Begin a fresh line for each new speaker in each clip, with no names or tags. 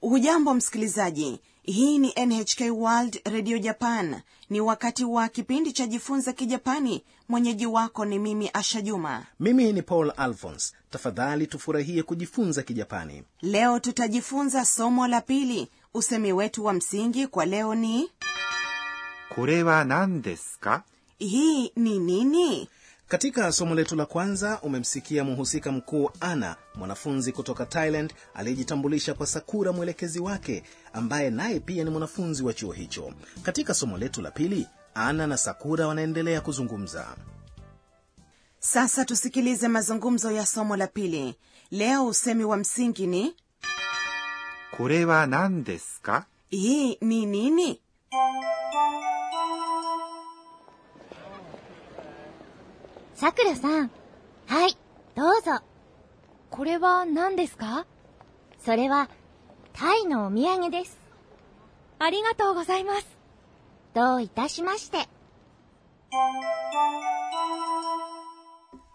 hujambo msikilizaji hii ni nhk world radio japan ni wakati wa kipindi cha jifunza kijapani mwenyeji wako ni mimi asha juma
mimi ni paul alphons tafadhali tufurahie kujifunza kijapani
leo tutajifunza somo la pili usemi wetu wa msingi kwa leo ni
これは何ですか
hii ni nini
katika somo letu la kwanza umemsikia mhusika mkuu ana mwanafunzi kutoka thailand aliyejitambulisha kwa sakura mwelekezi wake ambaye naye pia ni mwanafunzi wa chuo hicho katika somo letu la pili ana na sakura wanaendelea kuzungumza
sasa tusikilize mazungumzo ya somo la pili leo usemi wa msingi ni
これは何ですか
hii ni nini
さくらさん。はい、どうぞ。これは何ですかそれは、タイのお土産です。ありがとうございます。どういたしまして。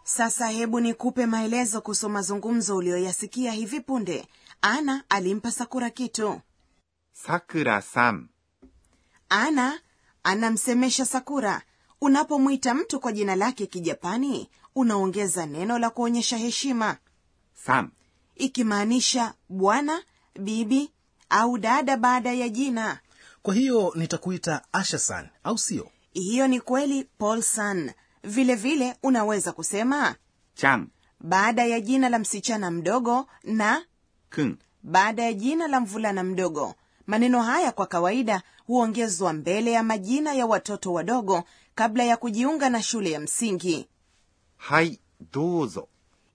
sasa hebu nikupe maelezo kuhusu mazungumzo uliyoyasikia hivi punde ana alimpa sakura kitu
さくらさん
ana anamsemesha sakura unapomwita mtu kwa jina lake kijapani unaongeza neno la kuonyesha heshima
さん
ikimaanisha bwana bibi au dada baada ya jina
kwa hiyo nitakuita ashasan au sio
hiyo ni kweli polsan vile vile unaweza kusema
ちゃん
baada ya jina la msichana mdogo na
くん
baada ya jina la mvulana mdogo maneno haya kwa kawaida huongezwa mbele ya majina ya watoto wadogo kabla ya kujiunga na shule ya msingi
はいどうぞ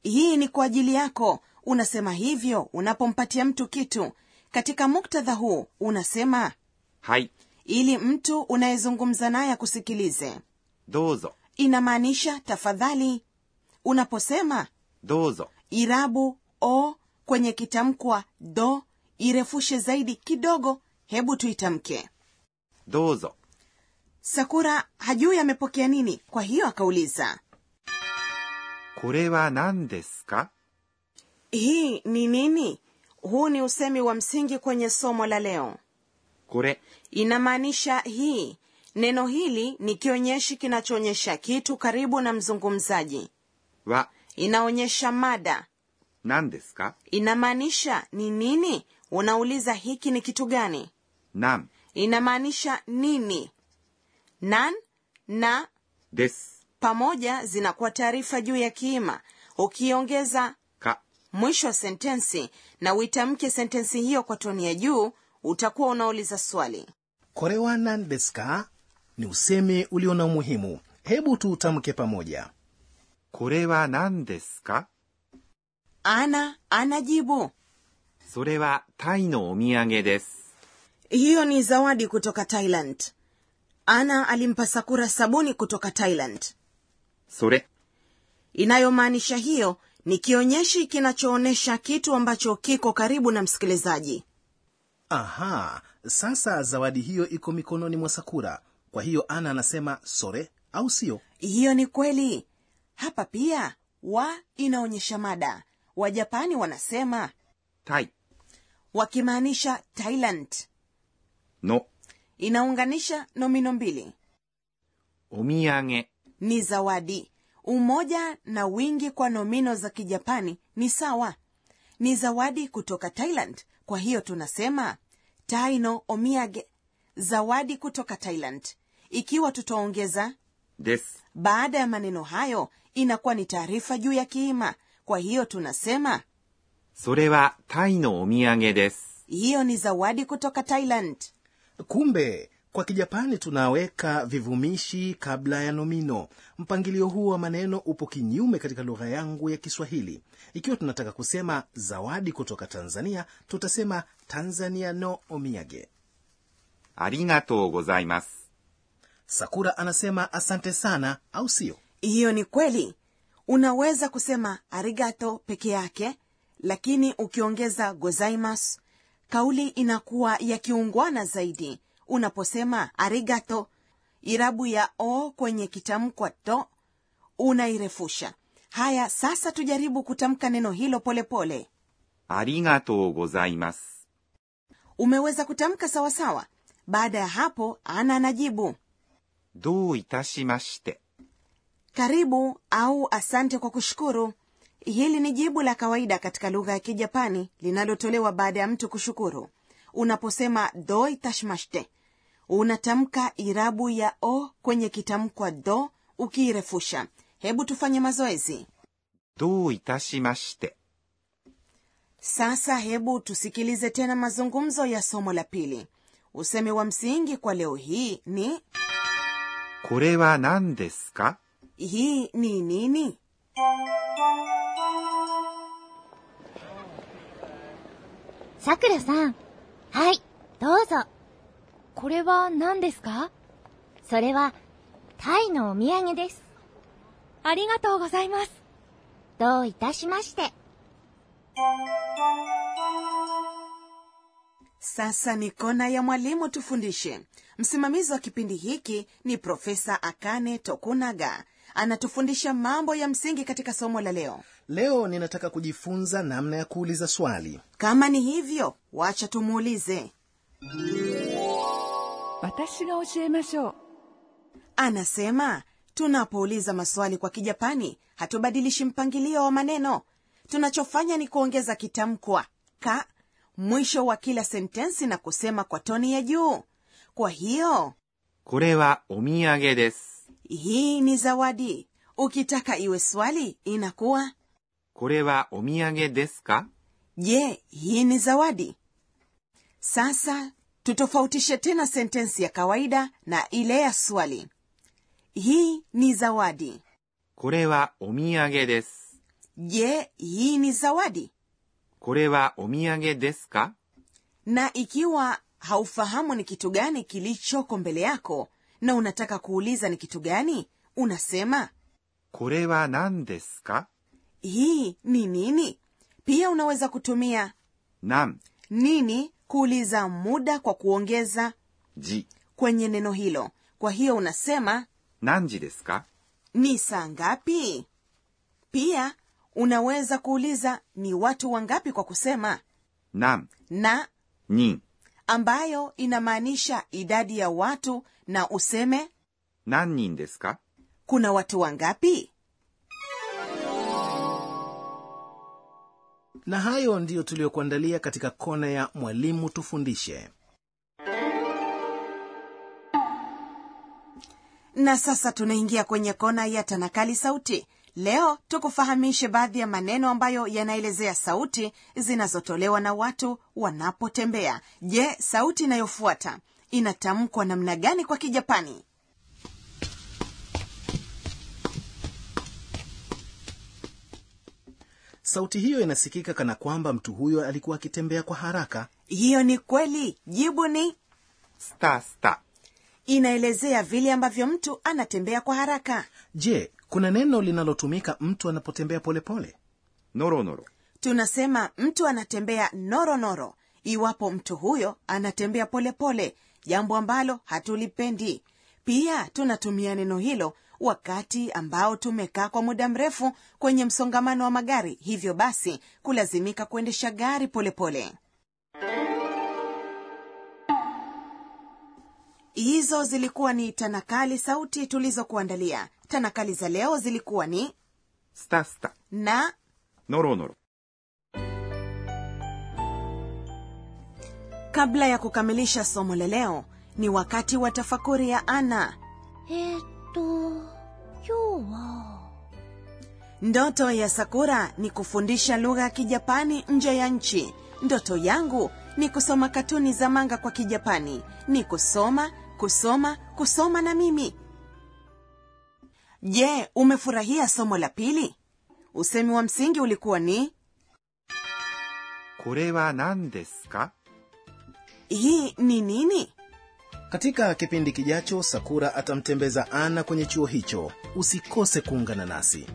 hii ni kwa ajili yako unasema hivyo unapompatia mtu kitu katika muktadha huu unasema
はい
ili mtu unayezungumza naye akusikilize
どうぞ
inamaanisha tafadhali unaposema
どうぞ
irabu o kwenye kitamkwa do irefushe zaidi kidogo hebu tuitamke
どうぞ
sakura hajui amepokea nini kwa hiyo akauliza
これは何ですか
hii ni nini huu ni usemi wa msingi kwenye somo la leo
これ
inamaanisha hii neno hili ni kionyeshi kinachoonyesha kitu karibu na mzungumzaji
は
inaonyesha mada
何ですか
inamaanisha ni nini unauliza hiki ni kitu gani
何
inamaanisha nini nan na
です
pamoja zinakuwa taarifa juu ya kiima ukiongeza
か
mwisho wa sentensi na uitamke sentensi hiyo kwa toni ya juu utakuwa unauliza swali
korewa nandeska ni usemi ulio na umuhimu hebu tuutamke pamoja
これは何ですか
ana anajibu
それはタイのお土産です
hiyo ni zawadi kutoka thailand ana alimpa sakura sabuni kutoka thailand
それ
inayomaanisha hiyo ni kionyeshi kinachoonyesha kitu ambacho kiko karibu na msikilizaji
aha sasa zawadi hiyo iko mikononi mwa sakura kwa hiyo ana anasema sore au sio
hiyo ni kweli hapa pia wa inaonyesha mada wajapani wanasema
タイ
wakimaanisha thailand
の
inaunganisha nomino mbili
お土産
ni zawadi umoja na wingi kwa nomino za kijapani ni sawa ni zawadi kutoka thailand kwa hiyo tunasema taino omiage zawadi kutoka thailand ikiwa tutaongeza
です。
baada ya maneno hayo inakuwa ni taarifa juu ya kiima kwa hiyo tunasema
それはタイのお土産です。
hiyo ni zawadi kutoka thailand
kumbe kwa kijapani tunaweka vivumishi kabla ya nomino mpangilio huu wa maneno upo kinyume katika lugha yangu ya kiswahili ikiwa tunataka kusema zawadi kutoka tanzania tutasema tanzania no omiage
ありがとうございます。
sakura anasema asante sana au sio
hiyo ni kweli unaweza kusema arigato peke yake lakini ukiongeza gozaimas kauli inakuwa ya kiungwana zaidi unaposema arigato irabu ya o kwenye kitamkwa to unairefusha haya sasa tujaribu kutamka neno hilo polepole pole.
ありがとうございます。
umeweza kutamka sawasawa baada ya hapo ana anajibu
どういたしまして。
karibu au asante kwa kushukuru hili ni jibu la kawaida katika lugha ya kijapani linalotolewa baada ya mtu kushukuru unaposema do itashimashite unatamka irabu ya o kwenye kitamkwa do ukiirefusha hebu tufanye mazoezi
どういたしまして。
sasa hebu tusikilize tena mazungumzo ya somo la pili usemi wa msingi kwa leo hii ni
これは何ですか
hii ni nini
さくらさん。はい、どうぞ。これは何ですかそれは、タイのお土産です。ありがとうございます。どういたしまして。
Sasa ni kona ya mwalimu tufundishe. Msimamizi wa kipindi hiki ni Profesa Akane Tokunaga. Anatufundisha mambo ya msingi katika somo la leo.
leo ninataka kujifunza namna ya kuuliza swali
Kama ni hivyo, wacha tumuulize.
私が教えましょう
Anasema tunapouliza maswali kwa Kijapani hatubadilishi mpangilio wa maneno. Tunachofanya ni kuongeza kitamkwa ka mwisho wa kila sentensi na kusema kwa toni ya juu. Kwa hiyo
これはお土産です。
hii ni zawadi ukitaka iwe swali inakuwa
これはお土産ですか
je hii ni zawadi sasa tutofautishe tena sentensi ya kawaida na ile ya swali hii ni zawadi
これはお土産です。
je hii ni zawadi
これはお土産ですか
na ikiwa haufahamu ni kitu gani kilichoko mbele yako na unataka kuuliza ni kitu gani unasema
これは何ですか
hii ni nini pia unaweza kutumia
何
nini kuuliza muda kwa kuongeza
時
kwenye neno hilo kwa hiyo unasema
何時ですか
ni saa ngapi pia unaweza kuuliza ni watu wangapi kwa kusema
何
na
人
ambayo inamaanisha idadi ya watu na useme
何人ですか
kuna watu wangapi
na hayo ndiyo tuliyokuandalia katika kona ya mwalimu tufundishe
na sasa tunaingia kwenye kona ya tanakali sauti leo tukufahamishe baadhi ya maneno ambayo yanaelezea sauti zinazotolewa na watu wanapotembea je sauti inayofuata inatamkwa namna gani kwa kijapani
sauti hiyo inasikika kana kwamba mtu huyo alikuwa akitembea kwa haraka
hiyo ni kweli jibu ni
スタスタ。
inaelezea vile ambavyo mtu anatembea kwa haraka
je kuna neno linalotumika mtu anapotembea polepole
ノロノロ。
tunasema mtu anatembea noronoro noro, iwapo mtu huyo anatembea polepole jambo ambalo hatulipendi pia tunatumia neno hilo wakati ambao tumekaa kwa muda mrefu kwenye msongamano wa magari hivyo basi kulazimika kuendesha gari polepole hizo zilikuwa ni tanakali sauti tulizokuandalia tanakali za leo zilikuwa ni
スタスタ。
na
ノロノロ。
kabla ya kukamilisha somo la leo ni wakati wa tafakuri ya ana
えー、っと、今日は、
ndoto ya sakura ni kufundisha lugha ya kijapani nje ya nchi ndoto yangu ni kusoma katuni za manga kwa kijapani ni kusoma kusoma kusoma na mimi je umefurahia somo la pili usemi wa msingi ulikuwa ni
これは何ですか
hii ni nini
katika kipindi kijacho sakura atamtembeza ana kwenye chuo hicho usikose kuungana nasi